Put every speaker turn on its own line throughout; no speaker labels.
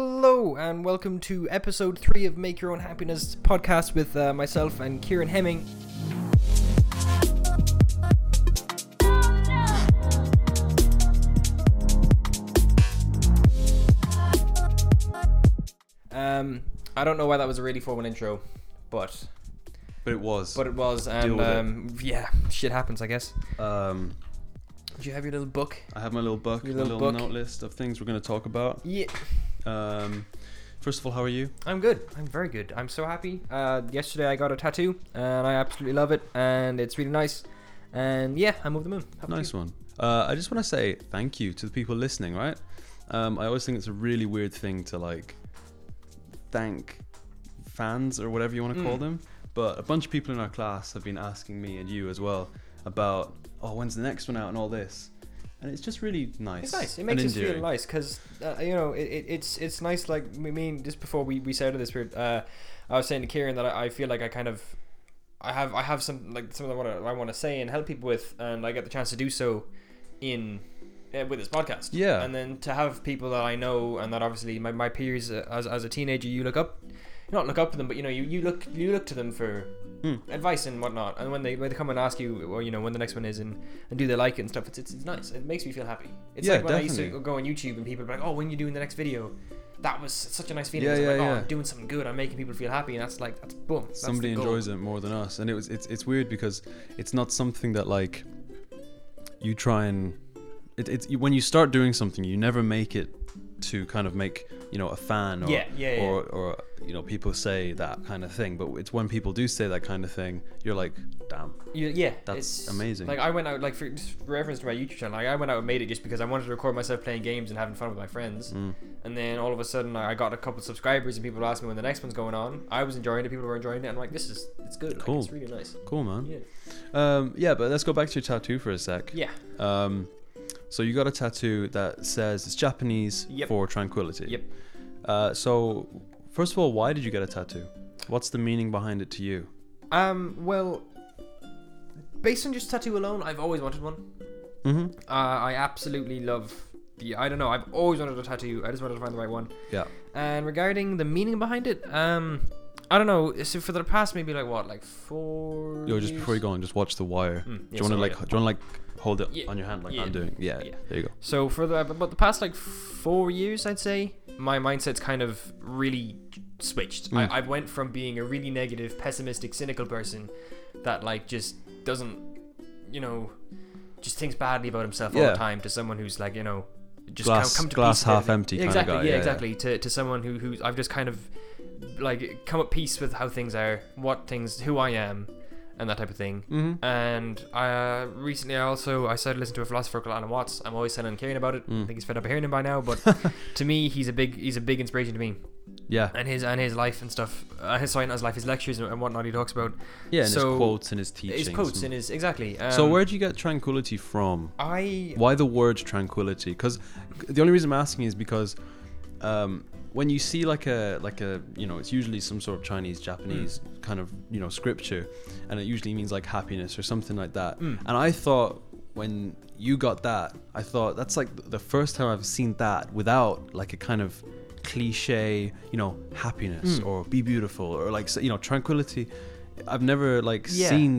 Hello, and welcome to episode three of Make Your Own Happiness podcast with uh, myself and Kieran Hemming. Um, I don't know why that was a really formal intro, but
But it was.
but it was,
Deal
and
with it.
um, yeah, shit happens, I guess.
um,
Do you have your little book?
I have my little book,
Your
my
little
little
book.
note list of things we're going to talk about.
Yeah,
Um, first of all, how are you?
I'm good. I'm very good. I'm so happy. Uh, yesterday I got a tattoo, and I absolutely love it, and it's really nice. And yeah, I'm over the moon. How about
nice one. Uh, I just want to say thank you to the people listening. Right. Um, I always think it's a really weird thing to like thank fans or whatever you want to call
Mm.
them, but a bunch of people in our class have been asking me and you as well about oh when's the next one out and all this, and it's just really nice.
you? It's nice. It
and
makes us feel
endearing.
nice because uh, you know it, it, it's it's nice. Like I mean, just before we we started this, we're, uh, I was saying to Kieran that I, I feel like I kind of. I have I have some like some of what I want to say and help people with, and I get the chance to do so in uh, with this podcast.
Yeah.
and then to have people that I know and that obviously my, my peers uh, as, as a teenager you look up not look up to them but you know you, you look you look to them for
Mm.
advice and whatnot and when they when they come and ask you well you know when the next one is and, and do they like it and stuff it's, it's, it's nice it makes me feel happy it's
Yeah,
like when I used to
definitely.
go on YouTube and people would be like oh when you doing the next video that was such a nice feeling
Yeah,
it's like
yeah,
oh
yeah.
I'm doing something good I'm making people feel happy and that's like that's boom that's
somebody
the goal.
enjoys it more than us and it was it's, it's weird because it's not something that like you try and it, it's when you start doing something you never make it to kind of make you know a fan or
Yeah, yeah, yeah.
or or you know people say that kind of thing but it's when people do say that kind of thing you're like damn
You, yeah,
That's
it's-
amazing.
Like I went out, like for just for reference to my YouTube channel, like I went out and made it just because I wanted to record myself playing games and having fun with my friends.
Mm.
And then all of a sudden, I I got a couple subscribers, and people asked me when the next one's going on. I was enjoying it; people were enjoying it. I'm like, this is it's good. Like,
Cool.
it's really nice.
cool man
Yeah.
um yeah but let's go back to your tattoo for a sec
Yeah.
um so you got a tattoo that says it's japanese
Yep.
for tranquility
Yep.
Uh, so, first of all, why did you get a tattoo? What's the meaning behind it to you?
Um. Well, based on just tattoo alone, I've always wanted one.
Mm-hmm.
Uh, I absolutely love the. I don't know. I've always wanted a tattoo. I just wanted to find the right one.
Yeah.
And regarding the meaning behind it, um, I don't know. So for the past maybe like what, like four.
Yo, just
years?
before you go on, just watch The Wire.
Mm, yeah,
do you want to
so,
like?
yeah.
Do you want to like hold it
Yeah,
on your hand like
yeah,
I'm doing? Yeah,
yeah.
There you go.
So for the but the past like four years, I'd say my mindset's kind of really switched.
Mm.
I, I went from being a really negative, pessimistic, cynical person that like just doesn't, you know, just thinks badly about himself all
Yeah.
the time to someone who's like you know just
Glass-
come, come to
glass
peace with
half
everything.
empty
Yeah,
kinda
exactly
guy,
yeah,
yeah, yeah.
exactly to to someone who who I've just kind of like come at peace with how things are, what things, who I am, and that type of thing
Mm-hmm.
and uh, recently I also I started listening to a philosopher called Alan Watts. I'm always telling Kieran about it. I
Mm.
think he's fed up of hearing him by now, but to me he's a big he's a big inspiration to me
Yeah,
and his and his life and stuff. Uh, his sorry, not his life, his lectures and whatnot he talks about.
yeah. And
so-
his quotes and his teachings.
His quotes and his exactly. Um,
so, where would you get tranquility from?
I
Why the word tranquility? Because the only reason I'm asking is because um, when you see like a like a you know it's usually some sort of Chinese Japanese
Mm.
kind of you know scripture, and it usually means like happiness or something like that.
Mm.
And I thought when you got that, I thought that's like the first time I've seen that without like a kind of cliche you know happiness
Mm.
or be beautiful or like so- you know tranquility. I've never like
Yeah.
seen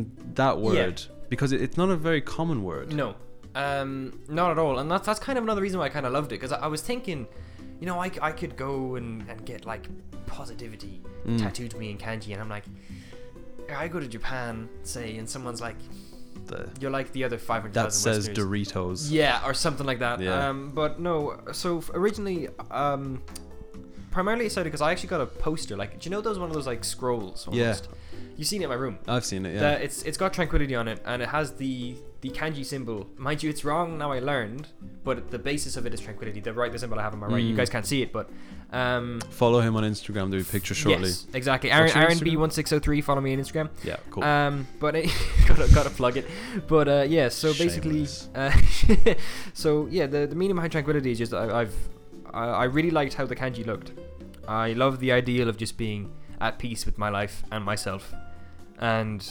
that word because it, it's not a very common word.
No, um, not at all. And that's that's kind of another reason why I kind of loved it because I, I was thinking, you know, I, c- I could go and, and get like positivity
Mm.
tattooed to me in kanji, and I'm like, I go to Japan, say, and someone's like,
The-
you're like the other 500,000
that says
listeners.
Doritos.
Yeah, or something like that.
Yeah.
Um, but no, so f- originally, um, primarily it started because I actually got a poster. Like, do you know those one of those like scrolls?
Yeah.
Almost? You've seen it in my room.
I've seen it. Yeah.
The- it's it's got tranquility on it, and it has the the kanji symbol. Mind you, it's wrong now. I learned, but the basis of it is tranquility. The right the symbol I have on my right. You
Mm.
guys can't see it, but um.
Follow him on Instagram. There'll be pictures shortly.
Yes, exactly. Aaron,
What's your
Aaron
Instagram?
B one six zero three. Follow me on Instagram.
Yeah. Cool. Uh,
Um, but it, gotta gotta plug it. But uh, yeah, so basically,
Shameless.
uh, so yeah, the the meaning behind tranquility is just I, I've I, I really liked how the kanji looked. I love the ideal of just being at peace with my life and myself, and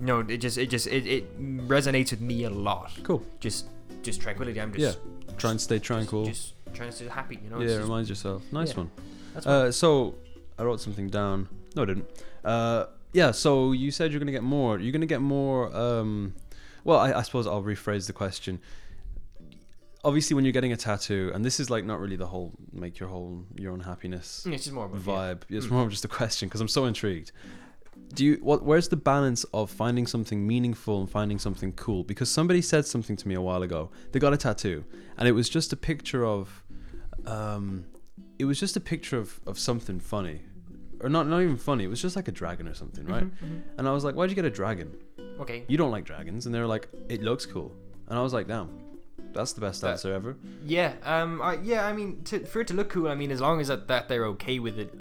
you know, it just it just it, it resonates with me a lot.
cool.
Just just tranquility. I'm just
Try and stay tranquil.
Just, trying to stay happy. You know,
Yeah,
It's just-
remind yourself. Nice
Yeah.
one.
That's
uh, so I wrote something down. No, I didn't. Uh, yeah. So you said you're gonna get more. You're gonna get more. Um, well, I, I suppose I'll rephrase the question. Obviously, when you're getting a tattoo, and this is like not really the whole make your whole your own happiness
it's just more of a
vibe. It's more of just a question because I'm so intrigued. Do you what? Where's the balance of finding something meaningful and finding something cool? Because somebody said something to me a while ago. They got a tattoo, and it was just a picture of, um, it was just a picture of of something funny, or not not even funny. It was just like a dragon or something, right?
Mm-hmm.
And I was like, why'd you get a dragon?
Okay.
You don't like dragons, and they were like, it looks cool, and I was like, damn, that's the best
That-
answer ever.
Yeah. Um. I, yeah. I mean, to, for it to look cool, I mean, as long as that, that they're okay with it,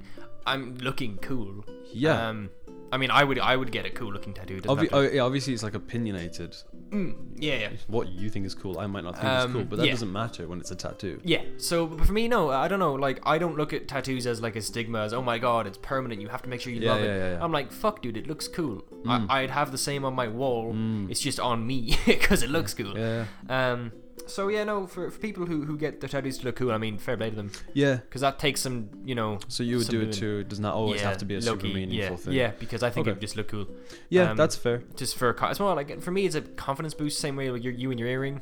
I'm looking cool.
Yeah.
Um. I mean, I would I would get a cool looking tattoo. It doesn't
Obvi-
have
oh, yeah, obviously, it's like opinionated.
to- Mm, yeah. Yeah.
what you think is cool, I might not think is cool,
Um,
but that
yeah.
doesn't matter when it's a tattoo.
Yeah. So but for me, no, I don't know. Like, I don't look at tattoos as like a stigma, as oh my god, it's permanent. You have to make sure you
Yeah,
love
yeah,
it.
yeah, Mm. yeah.
I'm like, fuck, dude, it looks cool. I, I'd have the same on my wall. It's just on me because it looks cool.
Mm. Yeah,
Um. So yeah, no, for, for people who, who get their tattoos to look cool, I mean, fair play to them,
yeah.
because that takes some, you know.
So you would
some
do
doing.
it too. It does not always
yeah,
have to be a super
low-key,
meaningful
yeah,
thing.
Yeah, because I think it
Okay.
would just look cool.
yeah,
Um,
that's fair.
just for a co- it's more like for me it's a confidence boost same way like your, you and your earring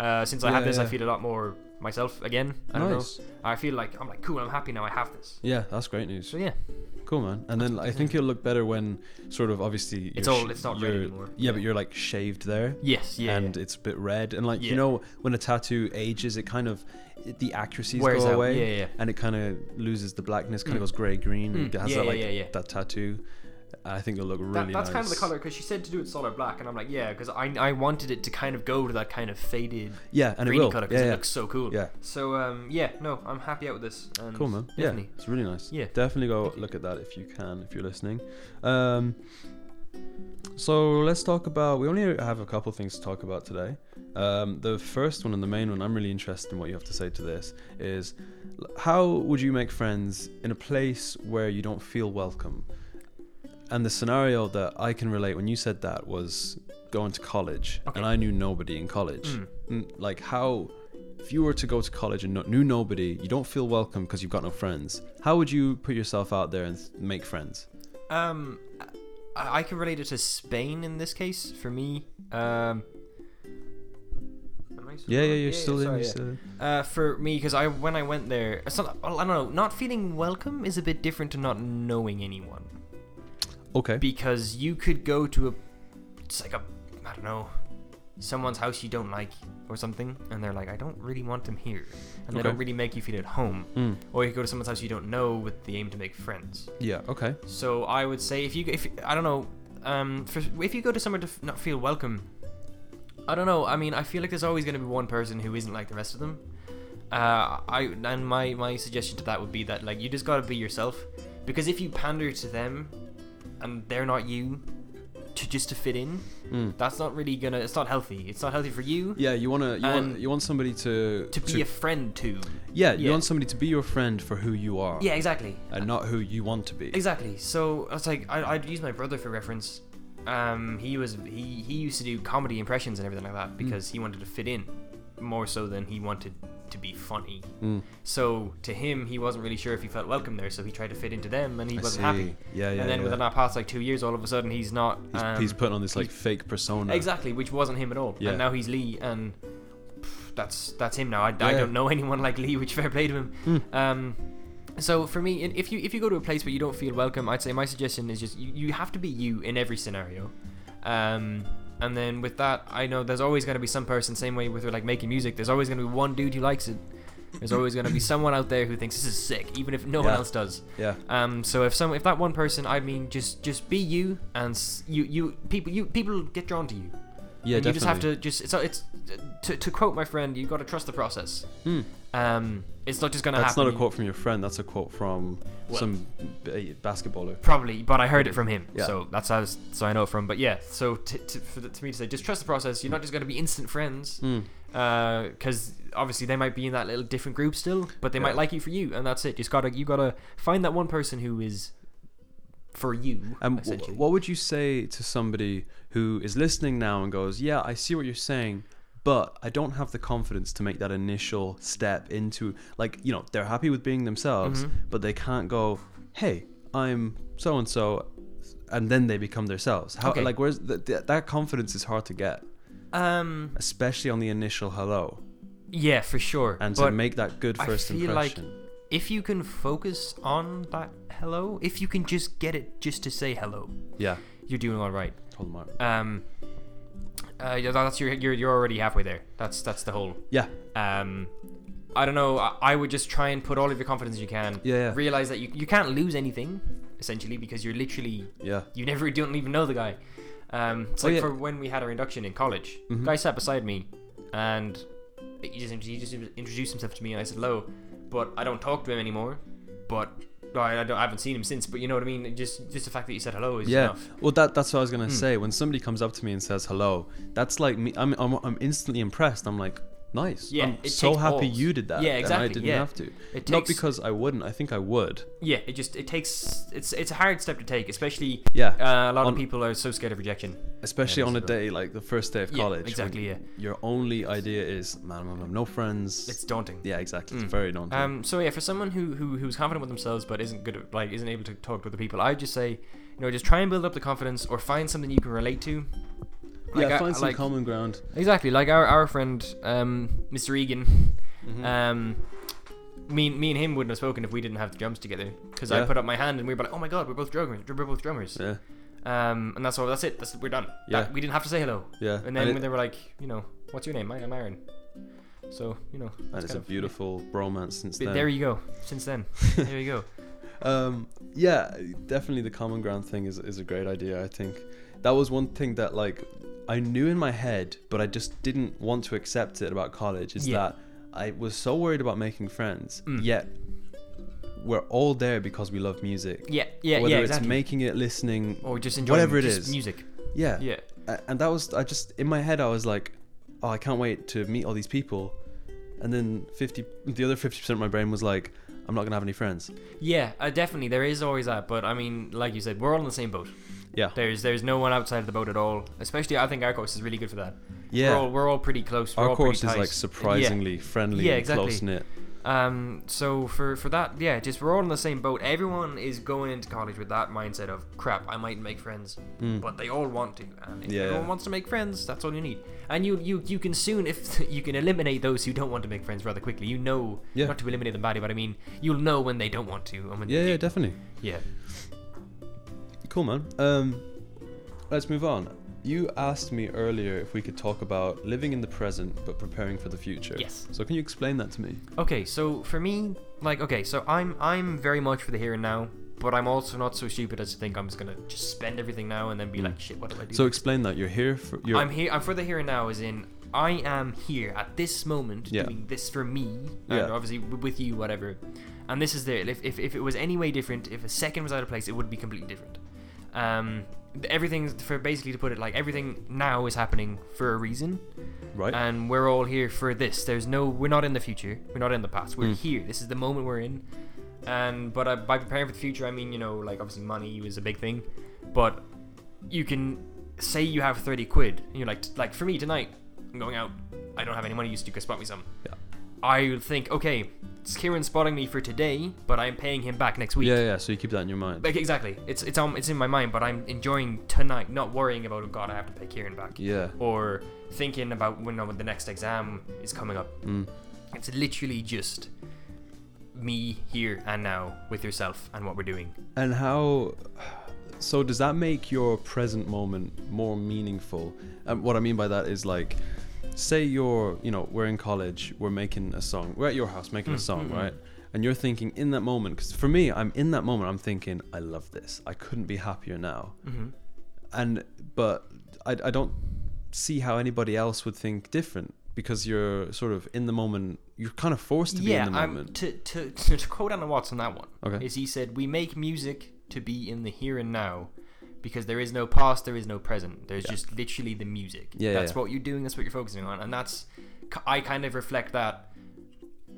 uh, since I have
Yeah,
this I
yeah.
feel a lot more myself again I don't
Nice.
know I feel like I'm like cool I'm happy now I have this
Yeah, that's great news.
so yeah
Cool, man. And then I think it'll look better when, sort of, obviously,
It's
you're
all- it's not red
you're-
anymore.
Yeah, but you're like shaved there,
yes yeah
and
yeah.
it's a bit red, and like you
Yeah.
know, when a tattoo ages, it kind of it, the accuracies
Wears
go
out.
away,
Yeah, yeah.
and it kind of loses the blackness, kind of
Mm.
goes grey green, and
Mm.
it has
Yeah,
that
yeah,
like
yeah, yeah.
that tattoo. I think it'll look really
that, that's
nice.
kind of the color because she said to do it solid black and I'm like yeah because I, I wanted it to kind of go to that kind of faded
Yeah, and it
greeny
will.
color
yeah,
because it
yeah.
looks so cool
Yeah.
so um yeah no I'm happy out with this and
Cool, man. Yeah,
definitely.
it's really nice.
Yeah.
definitely go look at that if you can, if you're listening. Um, so let's talk about. We only have a couple things to talk about today. Um, the first one and the main one. I'm really interested in what you have to say to this. Is l- how would you make friends in a place where you don't feel welcome? And the scenario that I can relate when you said that was going to college,
Okay.
and I knew nobody in college.
Hmm.
Mm, like how if you were to go to college and no, knew nobody you don't feel welcome because you've got no friends how would you put yourself out there and th- make friends
Um, I, I can relate it to Spain in this case for me. Um, am I still
yeah yeah
on?
you're still in
sorry,
you're
yeah.
still in.
Uh, for me, because I when I went there, it's not, well, I don't know. Not feeling welcome is a bit different to not knowing anyone
okay
because you could go to a, it's like a, I don't know, someone's house you don't like or something, and they're like, I don't really want them here, and they
Okay.
don't really make you feel at home.
Mm,
Or you go to someone's house you don't know with the aim to make friends.
yeah okay
So I would say if you if I don't know, um, for, if you go to somewhere to f- not feel welcome, I don't know. I mean, I feel like there's always going to be one person who isn't like the rest of them. Uh, I and my my suggestion to that would be that like you just got to be yourself, because if you pander to them, and they're not you, to just to fit in,
Mm.
that's not really gonna. It's not healthy. It's not healthy for you
yeah you want to you want
And-
you want somebody to
to be a friend to.
yeah, you
yeah.
want somebody to be your friend for who you are
Yeah, exactly.
and not who you want to be
Exactly. So it's like I, I'd use my brother for reference. Um, he was he he used to do comedy impressions and everything like
Hmm.
that because he wanted to fit in more so than he wanted to be funny.
Mm,
So to him, he wasn't really sure if he felt welcome there, so he tried to fit into them and he
I
wasn't
see.
happy.
yeah yeah
and then
yeah.
within our past like two years, all of a sudden he's not.
he's,
um,
he's putting on this like
he's-
fake persona
exactly, which wasn't him at all.
Yeah.
And now he's Lee, and pff, that's that's him now. I, I
Yeah. Hmm.
don't know anyone like Lee, which fair play to him. Um, so for me, i- if you if you go to a place where you don't feel welcome, I'd say my suggestion is just you, you have to be you in every scenario. Um, and then with that, I know there's always going to be some person, same way with like making music. There's always going to be one dude who likes it. There's always going to be someone out there who thinks this is sick, even if no one
Yeah.
else does.
yeah
Um, so if some, if that one person, I mean, just just be you, and s- you you people you people get drawn to you.
yeah
and
definitely.
you just have to just it's it's to, to quote my friend, you got to trust the process.
Mm.
Um, it's not just gonna
that's
happen.
not a quote from your friend that's a quote from
Well-
some b- basketballer
Probably, but I heard it from him,
Yeah.
so that's how I was, so I know it from. But yeah, so t- t- for the, to me to say, just trust the process. You're not just gonna be instant friends,
Mm.
because obviously they might be in that little different group still, but they
Yeah.
might like you for you, and that's it. Just gotta you gotta find that one person who is for you.
And w-
essentially.
what would you say to somebody who is listening now and goes, "Yeah, I see what you're saying, but I don't have the confidence to make that initial step into like you know they're happy with being themselves,
Mm-hmm.
but they can't go, hey, I'm so and so, and then they become themselves. How
Okay.
like where's the, th that confidence is hard to get,
Um,
especially on the initial hello,
yeah, for sure.
and to
but
make that good
I
first
feel like
impression.
if you can focus on that hello, if you can just get it just to say hello,
yeah,
you're doing all right.
hold them up.
Um, uh, yeah, that's your you're you're already halfway there. That's that's the whole.
Yeah,
Um, I don't know. I, I would just try and put all of your confidence you can.
Yeah, yeah.
Realize that you you can't lose anything essentially because you're literally
yeah,
you never don't even know the guy. Um, it's
Oh,
like
yeah. Mm-hmm.
for when we had our induction in college, guy sat beside me, and he just he just introduced himself to me, and I said hello, but I don't talk to him anymore. But I, I, don't, I haven't seen him since. But you know what I mean? Just just the fact that you said hello is
yeah.
enough.
Well, that that's what I was
Hmm.
gonna say. When somebody comes up to me and says hello, that's like me. I'm I'm, I'm instantly impressed. I'm like. Nice.
Yeah,
I'm
it
so
takes
happy
balls.
you did that.
Yeah,
And I
exactly,
didn't
yeah.
have to.
It
Not
takes- Uh,
because I wouldn't. I think I would.
Yeah, it just it takes it's it's a hard step to take, especially
Yeah.
uh, a lot
On-
of people are so scared of rejection.
especially
Yeah,
on a
that's about-
day like the first day of
Yeah,
college. when
exactly, yeah.
Your only idea is, man, I have no friends.
It's daunting.
yeah, exactly.
Mm.
It's very daunting.
Um, so yeah, for someone who, who who's confident with themselves but isn't good at like isn't able to talk to other people, I would just say, you know, just try and build up the confidence or find something you can relate to. Like,
yeah,
I-
find some
like-
common ground.
Exactly, like our, our friend um, Mr. Egan.
Mm-hmm.
Um, me and- me and him wouldn't have spoken if we didn't have the drums together because I
Yeah.
put up my hand and we were like, oh my god, we're both drummers, we're both drummers.
Mm-hmm. Yeah,
Um, and that's all. That's it. That's we're done.
Yeah.
That- we didn't have to say hello.
yeah.
And then
it-
when they were like, you know, what's your name? I, I'm Aaron. So you know,
and
that's
it's
kind
a
of-
beautiful bromance since
But
then.
There you go. Since then, there you go.
um, yeah, definitely the common ground thing is, is a great idea. I think that was one thing that like I knew in my head, but I just didn't want to accept it about college. Is
Yeah.
that I was so worried about making friends,
Mm.
yet we're all there because we love music.
Yeah, yeah,
Whether
yeah,
it's
exactly.
making it, listening,
or just enjoying
whatever it
just
is.
music.
Yeah.
Yeah,
A- And that was I just in my head I was like, oh, I can't wait to meet all these people. And then 50 the other 50% of my brain was like, I'm not going to have any friends.
yeah, uh, definitely. There is always that, but I mean, like you said, we're all in the same boat.
Yeah.
There's there's no one outside of the boat at all. Especially, I think our course is really good for that.
Yeah.
we're all, we're all pretty close. We're
Our
all
course
pretty
is
tight.
like surprisingly friendly
Yeah,
and
exactly.
close knit.
Yeah. Um. So for for that, yeah, just we're all in the same boat. Everyone is going into college with that mindset of crap. I might make friends, but they all want to. And if
Hmm. Yeah.
everyone wants to make friends, that's all you need. And you you you can soon if you can eliminate those who don't want to make friends rather quickly. You know,
Yeah.
not to eliminate them badly, but I mean, you'll know when they don't want to. I mean,
Yeah, yeah, definitely.
yeah.
Cool, man. Um, let's move on. You asked me earlier if we could talk about living in the present but preparing for the future.
Yes.
So can you explain that to me?
Okay, so for me, like, okay, so I'm I'm very much for the here and now, but I'm also not so stupid as to think I'm just gonna just spend everything now and then be like, shit, what do I do?
Hmm. So explain that. You're here for you're
I'm here. I'm for the here and now, as in I am here at this moment
Yeah.
doing this for me,
Yeah.
and obviously w- with you, whatever. And this is there. If, if if it was any way different, if a second was out of place, it would be completely different. Um, th- everything's for basically to put it like everything now is happening for a reason
right.
and we're all here for this. There's no, we're not in the future. We're not in the past. We're
Mm.
here. This is the moment we're in. And but uh, by preparing for the future, I mean you know like obviously money is a big thing, but you can say you have thirty quid. And you're like like for me tonight, I'm going out. I don't have any money. You could spot me some.
Yeah.
I would think okay, it's Kieran spotting me for today, but I'm paying him back next week.
yeah, yeah. So you keep that in your mind.
Like exactly. It's it's um it's in my mind, but I'm enjoying tonight, not worrying about oh god I have to pay Kieran back
Yeah.
or thinking about when uh, the next exam is coming up.
Mm.
It's literally just me here and now with yourself and what we're doing.
And how? So does that make your present moment more meaningful? And what I mean by that is like, say you're, you know, we're in college, we're making a song, we're at your house making
Mm,
a song,
mm-hmm.
right? And you're thinking in that moment, because for me, I'm in that moment, I'm thinking, I love this. I couldn't be happier now.
Mm-hmm.
And but I, I don't see how anybody else would think different because you're sort of in the moment. You're kind of forced to
Yeah,
be in the
I'm,
moment.
to, to, to quote Anna Watts on that one,
Okay.
is he said, We make music to be in the here and now because there is no past, there is no present. There's just literally the music.
Yeah, yeah,
that's
yeah.
what you're doing, that's what you're focusing on. And that's, I kind of reflect that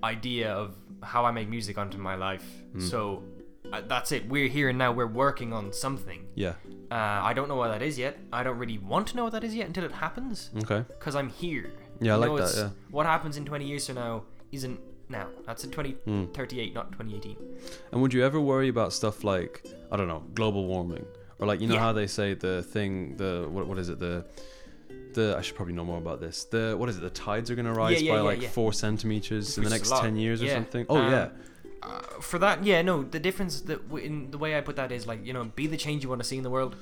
idea of how I make music onto my life.
Mm.
So uh, that's it. We're here and now, we're working on something.
Yeah.
Uh, I don't know what that is yet. I don't really want to know what that is yet until it happens
Okay.
because I'm here.
Yeah, I
You
like
know,
that.
it's-
Yeah.
What happens in 20 years from now isn't now. That's in
Mm.
2038, not 2018.
And would you ever worry about stuff like I don't know, global warming, or like you know
Yeah.
how they say the thing, the what what is it the the I should probably know more about this. The what is it? The tides are gonna rise
yeah,
by
yeah,
like
yeah.
four centimeters in the
Which is a
next
lot.
ten years or
Yeah.
something. Oh
Um,
yeah,
Uh, for that, yeah, no. The difference that w- in the way I put that is like you know, be the change you want to see in the world.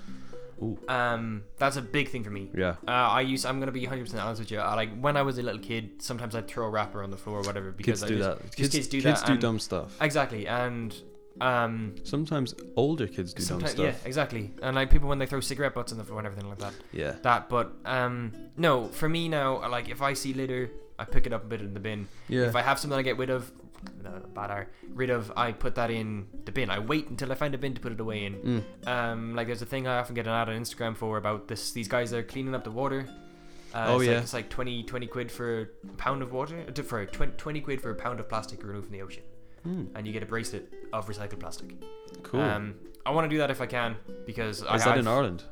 Ooh.
Um, that's a big thing for me.
yeah.
Uh, I use. I'm gonna be 100 percent honest with you. I, like when I was a little kid, sometimes I'd throw a wrapper on the floor or whatever because
Kids
I
do
just,
that.
just
Kids,
kids do
kids
that.
do
and-
dumb stuff.
Exactly, and um,
Sometimes older kids do dumb
sometimes
stuff.
yeah, exactly, and like people when they throw cigarette butts on the floor and everything like that.
Yeah.
That, but um, no, for me now, like if I see litter, I pick it up and put it in the bin.
Yeah.
If I have something I get rid of, no, bad hour, rid of, I put that in the bin. I wait until I find a bin to put it away in.
Mm.
Um, like there's a thing I often get an ad on Instagram for about this. These guys are cleaning up the water. Uh,
Oh,
it's
yeah.
like, it's like 20, 20 quid for a pound of water. uh, For 20, 20 quid for a pound of plastic removed from the ocean,
Hmm,
and you get a bracelet of recycled plastic.
cool.
Um, I want to do that if I can because I,
is that
I've-
in Ireland?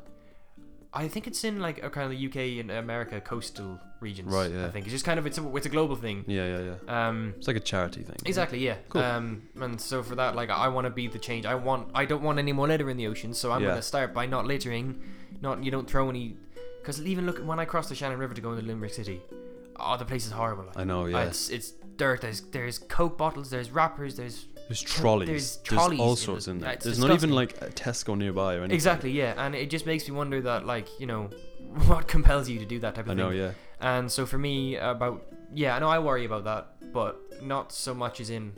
I think it's in like a kind of the UK and America coastal regions.
Right, yeah.
I think it's just kind of it's a, it's a global thing.
Yeah, yeah, yeah.
Um,
It's like a charity thing.
Exactly, yeah.
Cool.
Um, and so for that, like, I want to be the change. I want. I don't want any more litter in the ocean. So I'm
Yeah.
gonna start by not littering. Not you don't throw any. Because even look when I crossed the Shannon River to go into Limerick City, oh the place is horrible. Like,
I know.
uh,
Yeah.
It's it's dirt. There's there's coke bottles. There's wrappers. There's
There's trolleys.
there's
There's,
trolleys
all
in
sorts
the-
in there.
it's
There's not even
disgusting.
like a Tesco nearby or anything.
exactly yeah. And it just makes me wonder that like you know what compels you to do that type of
I
thing.
know. Yeah.
And so for me, about yeah, I know I worry about that, but not so much as in,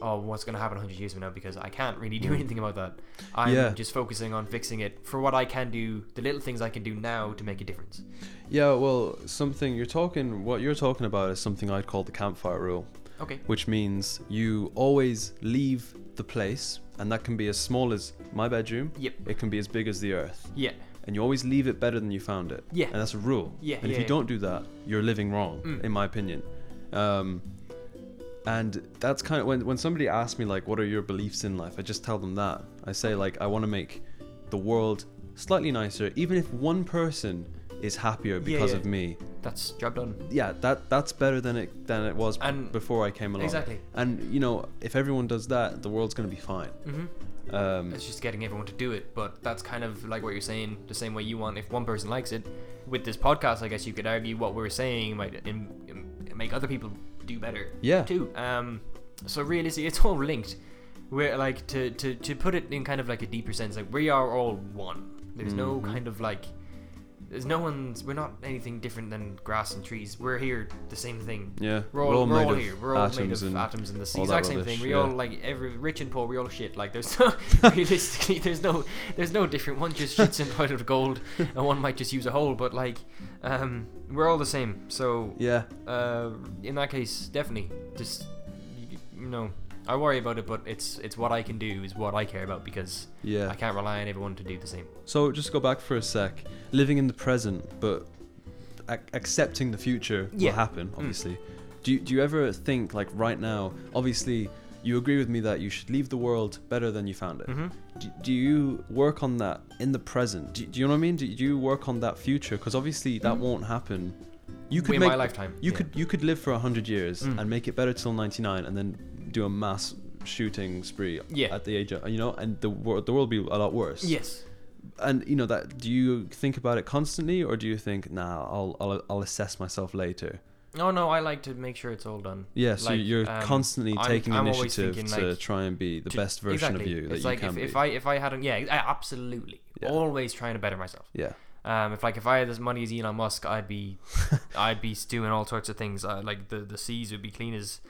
oh, what's going to happen 100 years from now because I can't really do
Mm.
anything about that. I'm
Yeah.
just focusing on fixing it for what I can do, the little things I can do now to make a difference.
Yeah, well, something you're talking, what you're talking about is something I'd call the campfire rule,
Okay.
which means you always leave the place, and that can be as small as my bedroom.
Yep.
It can be as big as the earth,
Yeah.
and you always leave it better than you found it.
Yeah.
And that's a rule.
Yeah,
And if
yeah,
you
yeah.
don't do that, you're living wrong,
Mm.
in my opinion. Um, and that's kind of when when somebody asks me like, what are your beliefs in life? I just tell them that. I say like, I want to make the world slightly nicer, even if one person is happier
Yeah,
because
yeah.
of me
That's job done.
yeah, that that's better than it than it was
And-
before I came along.
Exactly.
And you know, if everyone does that, the world's gonna be fine.
hmm
Um,
It's just getting everyone to do it, but that's kind of like what you're saying, the same way you want. If one person likes it, with this podcast, I guess you could argue what we're saying might im- im- make other people do better.
yeah.
too. Um, so realistically, it's all linked. We're like to, to to put it in kind of like a deeper sense. Like we are all one. There's no
Mhm.
kind of like. There's no one's. We're not anything different than grass and trees. We're here, the same thing.
Yeah.
We're all, we're all, here. We're all made of
and
atoms and the
all that
exact same
rubbish,
thing. We
yeah.
all like every rich and poor. We all shit. Like there's no realistically, there's no there's no different. One just shits in out of gold, and one might just use a hole. But like, um, we're all the same. So
yeah.
uh, in that case, definitely. Just you you know, I worry about it, but it's it's what I can do is what I care about because
Yeah.
I can't rely on everyone to do the same.
So just go back for a sec. Living in the present, but ac- accepting the future
Yeah. Mm.
will happen. Obviously. Do you, do you ever think like right now? Obviously, you agree with me that you should leave the world better than you found it.
Mm-hmm.
do, do you work on that in the present? Do, do you know what I mean? Do, do you work on that future? Because obviously that won't happen. You could
in
make
Mm. my lifetime.
you
yeah.
could you could live for hundred years
Mm.
and make it better till ninety nine, and then do a mass shooting spree
Yeah.
at the age of you know, and the world the world be a lot worse.
Yes.
And you know that. Do you think about it constantly, or do you think, nah, I'll I'll, I'll assess myself later?
No, no. I like to make sure it's all done.
Yeah. So
Like,
you're
um,
constantly
I'm-
taking
I'm always
initiative
thinking,
to
like,
try and be the
to-
best version
exactly.
of you that
it's
you
like
can
if,
be.
if I if I hadn't, yeah, I- absolutely.
Yeah.
Always trying to better myself.
yeah.
Um, if like if I had as money as Elon Musk, I'd be, I'd be doing all sorts of things. Uh, like the the seas would be clean as,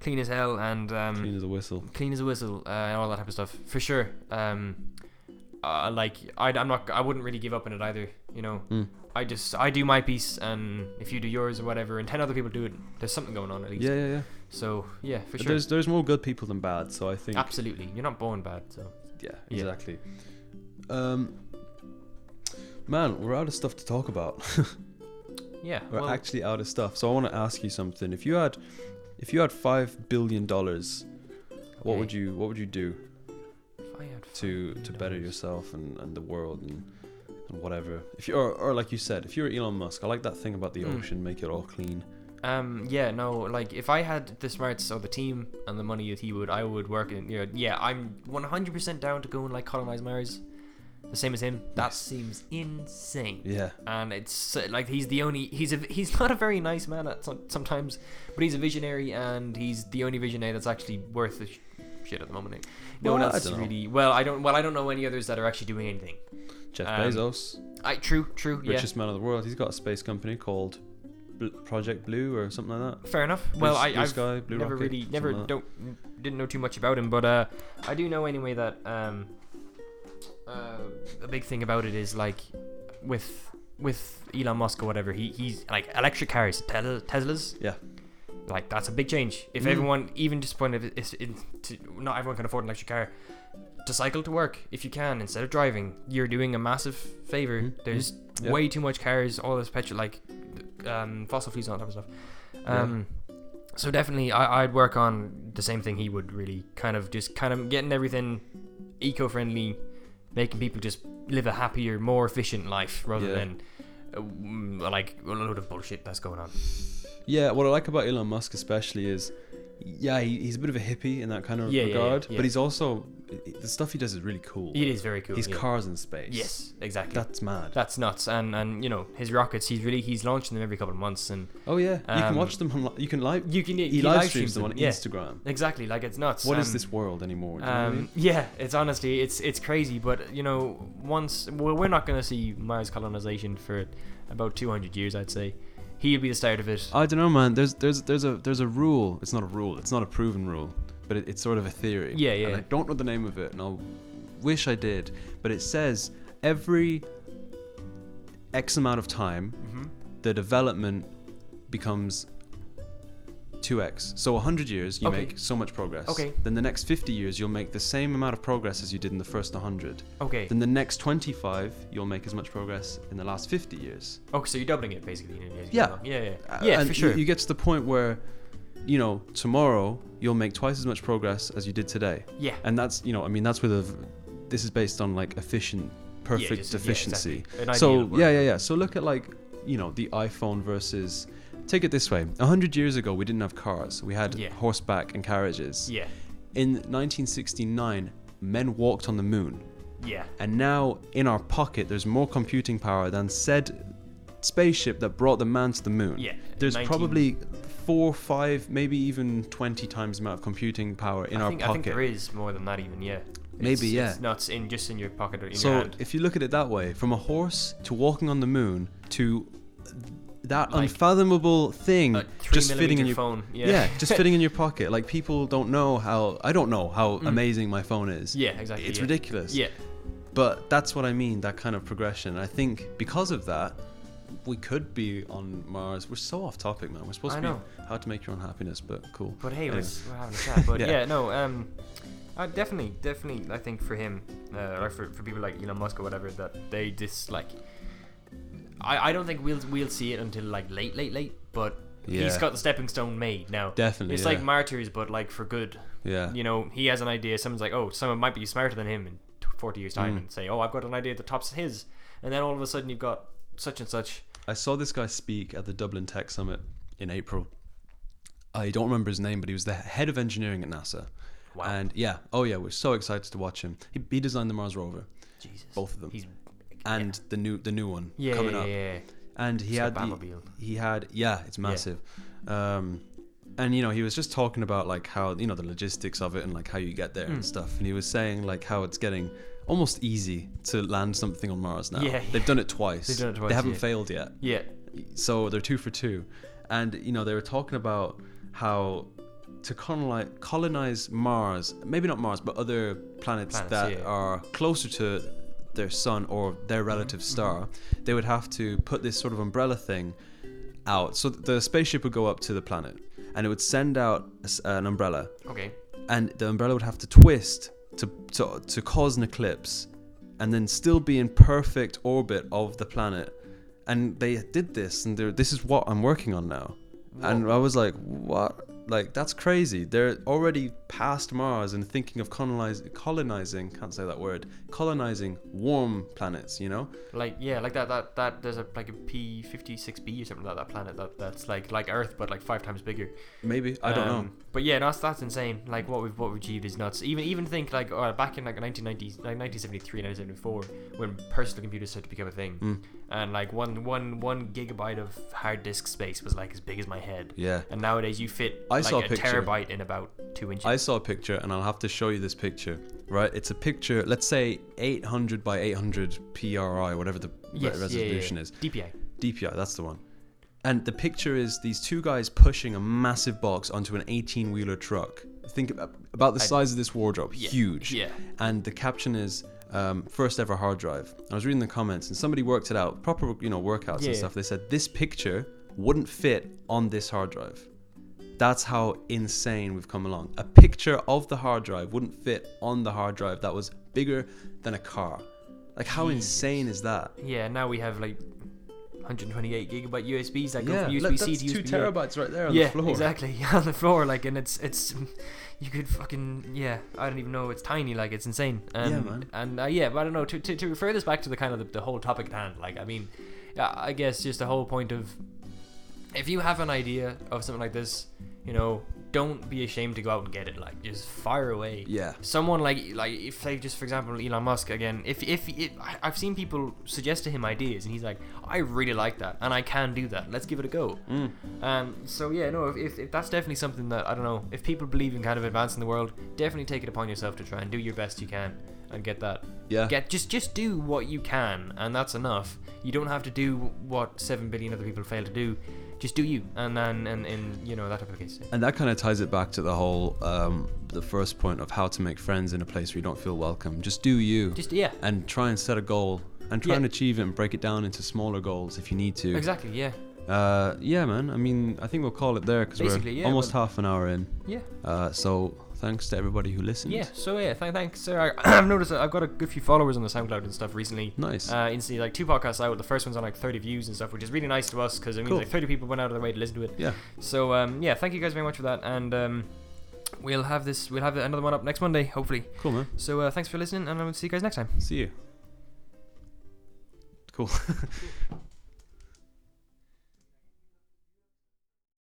clean as hell, and um,
Clean as a whistle.
clean as a whistle uh, and all that type of stuff for sure um uh, like I'd, i'm not i wouldn't really give up on it either you know
Mm.
i just i do my piece and if you do yours or whatever and 10 other people do it there's something going on at least
Yeah, yeah, yeah.
so yeah for
But
sure
There's there's more good people than bad, so I think
absolutely you're not born bad so
yeah,
yeah.
exactly. Um, man, we're out of stuff to talk about.
yeah
we're
well,
actually out of stuff. So I want to ask you something. If you had, if you had five billion dollars, what would
Okay.
you what would you do
if I had
to
fucking
to better
dollars.
yourself and, and the world and, and whatever? If you or, or like you said, if you're Elon Musk, I like that thing about the
Mm.
ocean, make it all clean.
Um, yeah, no, like if I had the smarts or the team and the money that he would, I would work in. You know, yeah, I'm 100% down to go and like colonize Mars, the same as him. That seems insane.
Yeah.
And it's uh, like he's the only he's a he's not a very nice man at some, sometimes, but he's a visionary and he's the only visionary that's actually worth the sh- shit at the moment. No
Well,
one
I
else is
dunno.
really well. I don't well I don't know any others that are actually doing anything.
Jeff
Um,
Bezos,
I true true yeah.
richest man in the world. He's got a space company called Bl- Project Blue or something like that.
Fair enough. Well,
Blue
I,
s- blue
I've
sky, blue
never
rocket,
really, never
something
don't didn't know too much about him, but uh, I do know anyway that um, uh, a big thing about it is like with with Elon Musk or whatever, he he's like electric cars, tel- Teslas.
Yeah.
Like that's a big change. If
Mm.
everyone, even just point of it's, it's, to, not everyone can afford an electric car. To cycle to work, if you can, instead of driving, you're doing a massive favor.
Mm.
There's
Yeah.
way too much cars, all this petrol, like um, fossil fuels, and all that type of stuff. Um, So definitely, I, I'd work on the same thing he would. Really, kind of just kind of getting everything eco-friendly, making people just live a happier, more efficient life rather
Yeah.
than uh, mm, like a load of bullshit that's going on.
Yeah, what I like about Elon Musk especially is, yeah, he, he's a bit of a hippie in that kind of
Yeah, yeah, yeah,
regard,
yeah.
but he's also the stuff he does is really cool.
It is very cool.
He's
yeah.
cars in space.
Yes, exactly.
that's mad.
That's nuts. And and you know his rockets. He's really he's launching them every couple of months, and
oh yeah, you can
Um,
watch them. On, li- you can live.
you can
He,
you
live
live
streams them on
Yeah,
Instagram.
exactly. Like it's nuts.
What is
Um,
this world anymore? Do you know what I mean?
Um, yeah, it's honestly it's it's crazy, but you know, once well, we're not gonna see Mars colonization for about two hundred years, I'd say. He'll be the start of it.
I don't know, man. There's there's there's a there's a rule. It's not a rule. It's not a proven rule, but it, it's sort of a theory.
Yeah, yeah.
And I don't know the name of it, and I wish I did. But it says every X amount of time, the development becomes. 2x. So 100 years, you
Okay.
make so much progress.
Okay.
Then the next 50 years, you'll make the same amount of progress as you did in the first 100.
Okay.
Then the next 25, you'll make as much progress in the last 50 years.
Okay, so you're doubling it basically. in a year.
Yeah.
Yeah. Yeah.
Uh,
yeah
and
for
you-
sure.
You, get to the point where, you know, tomorrow you'll make twice as much progress as you did today,
yeah.
and that's you know, I mean, that's with a. v- This is based on like efficient, perfect
just- yeah,
efficiency.
exactly. An ideal
So
world.
yeah, yeah, yeah. So look at like, you know, the iPhone versus. Take it this way: a hundred years ago, we didn't have cars. We had
Yeah.
horseback and carriages.
Yeah.
In 1969, men walked on the moon.
Yeah.
And now, in our pocket, there's more computing power than said spaceship that brought the man to the moon.
Yeah,
There's
19
probably four, five, maybe even 20 times the amount of computing power in
I
our
think, I
pocket.
think there is more than that even. Yeah.
Maybe,
It's-
yeah.
It's nuts in just in your pocket or in your
so,
hand.
if you look at it that way, from a horse to walking on the moon to that
Like,
unfathomable thing
A three
just fitting
millimeter
in your
phone. Yeah.
just fitting in your pocket. Like people don't know how I don't know how amazing my phone is.
Mm. Yeah, exactly,
It's
yeah.
ridiculous.
yeah.
But that's what I mean, that kind of progression. I think because of that, we could be on Mars. We're so off topic, man. We're supposed
I
to be
know.
how to make your own happiness, but cool.
But hey,
Anyway.
we're, we're having a chat. But
Yeah.
yeah. no, um, I definitely, definitely, I think for him, uh, or for, for people like Elon Musk or whatever, that they just like. I, I don't think we'll we'll see it until like late, late, late. But he's
Yeah.
got the stepping stone made now.
Definitely,
it's like
yeah.
martyrs, but like for good.
Yeah.
You know, he has an idea. Someone's like, oh, someone might be smarter than him in t- forty years
Mm.
time, and say, oh, I've got an idea that tops his, and then all of a sudden you've got such and such.
I saw this guy speak at the Dublin Tech Summit in April. I don't remember his name, but he was the head of engineering at NASA.
Wow.
And yeah, oh yeah, we're so excited to watch him. He, he designed the Mars rover,
Jesus.
both of them,
He's
and the new the new one
yeah,
coming
yeah,
up.
yeah, yeah.
and he
It's
had
like
the,
Batmobile.
he had yeah it's massive um and you know he was just talking about like how you know the logistics of it and like how you get there
Hmm.
and stuff and he was saying like how it's getting almost easy to land something on mars now
Yeah,
they've done it twice
They've done it twice,
they haven't
yeah.
failed yet
Yeah.
so they're two for two and you know they were talking about how to colonize, colonize mars maybe not mars but other
Planets,
planets, that
yeah.
are closer to their sun or their relative star they would have to put this sort of umbrella thing out so th- the spaceship would go up to the planet and it would send out a s- an umbrella
Okay.
and the umbrella would have to twist to, to, to cause an eclipse and then still be in perfect orbit of the planet. And they did this, and they're- this is what I'm working on now. And I was like, what? Like that's crazy. They're already past Mars and thinking of colonizing, colonizing. Can't say that word. Colonizing warm planets. You know.
Like yeah, like that that that there's a like a P fifty six B or something like that planet that that's like like Earth but like five times bigger.
Maybe I don't know.
Um, But yeah, no, that's that's insane. Like what we've what we've achieved is nuts. Even even think like uh, back in like 1990s, like 1973, 1974, when personal computers started to become a thing,
Mm.
and like one one one gigabyte of hard disk space was like as big as my head.
Yeah.
And nowadays you fit
I
like
saw a
a
picture.
terabyte in about two inches.
I saw a picture, and I'll have to show you this picture. Right, it's a picture. Let's say 800 by 800 PRI, whatever the re-
Yes, yeah, yeah,
resolution
yeah.
is.
DPI.
DPI, that's the one. And the picture is these two guys pushing a massive box onto an 18 wheeler truck. Think ab- about the
I-
size of this wardrobe,
Yeah,
huge.
yeah.
And the caption is um, first ever hard drive. I was reading the comments and somebody worked it out, proper you know workouts
Yeah.
and stuff. They said this picture wouldn't fit on this hard drive. That's how insane we've come along. A picture of the hard drive wouldn't fit on the hard drive that was bigger than a car. Like how insane is that?
Yeah. Now we have like 128 gigabyte USBs that go from
look,
USB C to
that's two
USB.
terabytes right there on
yeah,
the floor.
exactly. on the floor, like, and it's it's you could fucking yeah. I don't even know. It's tiny, like it's insane. Um,
Yeah, man.
And uh, yeah, but I don't know. To, to, to refer this back to the kind of the, the whole topic at hand, like I mean, yeah, I guess just the whole point of if you have an idea of something like this, you know, don't be ashamed to go out and get it. Like just fire away
Yeah.
someone like like if they just for example Elon Musk again if if, if I- I've seen people suggest to him ideas and he's like I really like that and I can do that let's give it a go
Mm.
and so yeah no if, if, if that's definitely something that I don't know if people believe in kind of advancing the world definitely take it upon yourself to try and do your best you can and get that
Yeah.
get just just do what you can and that's enough you don't have to do what 7 billion other people fail to do just do you and then and, and you know that type of case
and that kind of ties it back to the whole um, the first point of how to make friends in a place where you don't feel welcome. Just do you.
just yeah
and try and set a goal and try
Yeah.
and achieve it and break it down into smaller goals if you need to.
exactly yeah
Uh, yeah, man. I mean, I think we'll call it there because we're
Basically, yeah,
almost
well-
half an hour in.
yeah
Uh, so thanks to everybody who listened.
Yeah, so yeah, th- thanks, sir. I, I've noticed that I've got a good few followers on the SoundCloud and stuff recently.
Nice.
Uh, instantly, like two podcasts out. The first one's on like 30 views and stuff, which is really nice to us because it means
Cool.
like 30 people went out of their way to listen to it.
yeah.
So um, yeah, thank you guys very much for that, and um, we'll have this, we'll have another one up next Monday, hopefully.
Cool, man.
So uh, thanks for listening, and I will see you guys next time.
See you. Cool.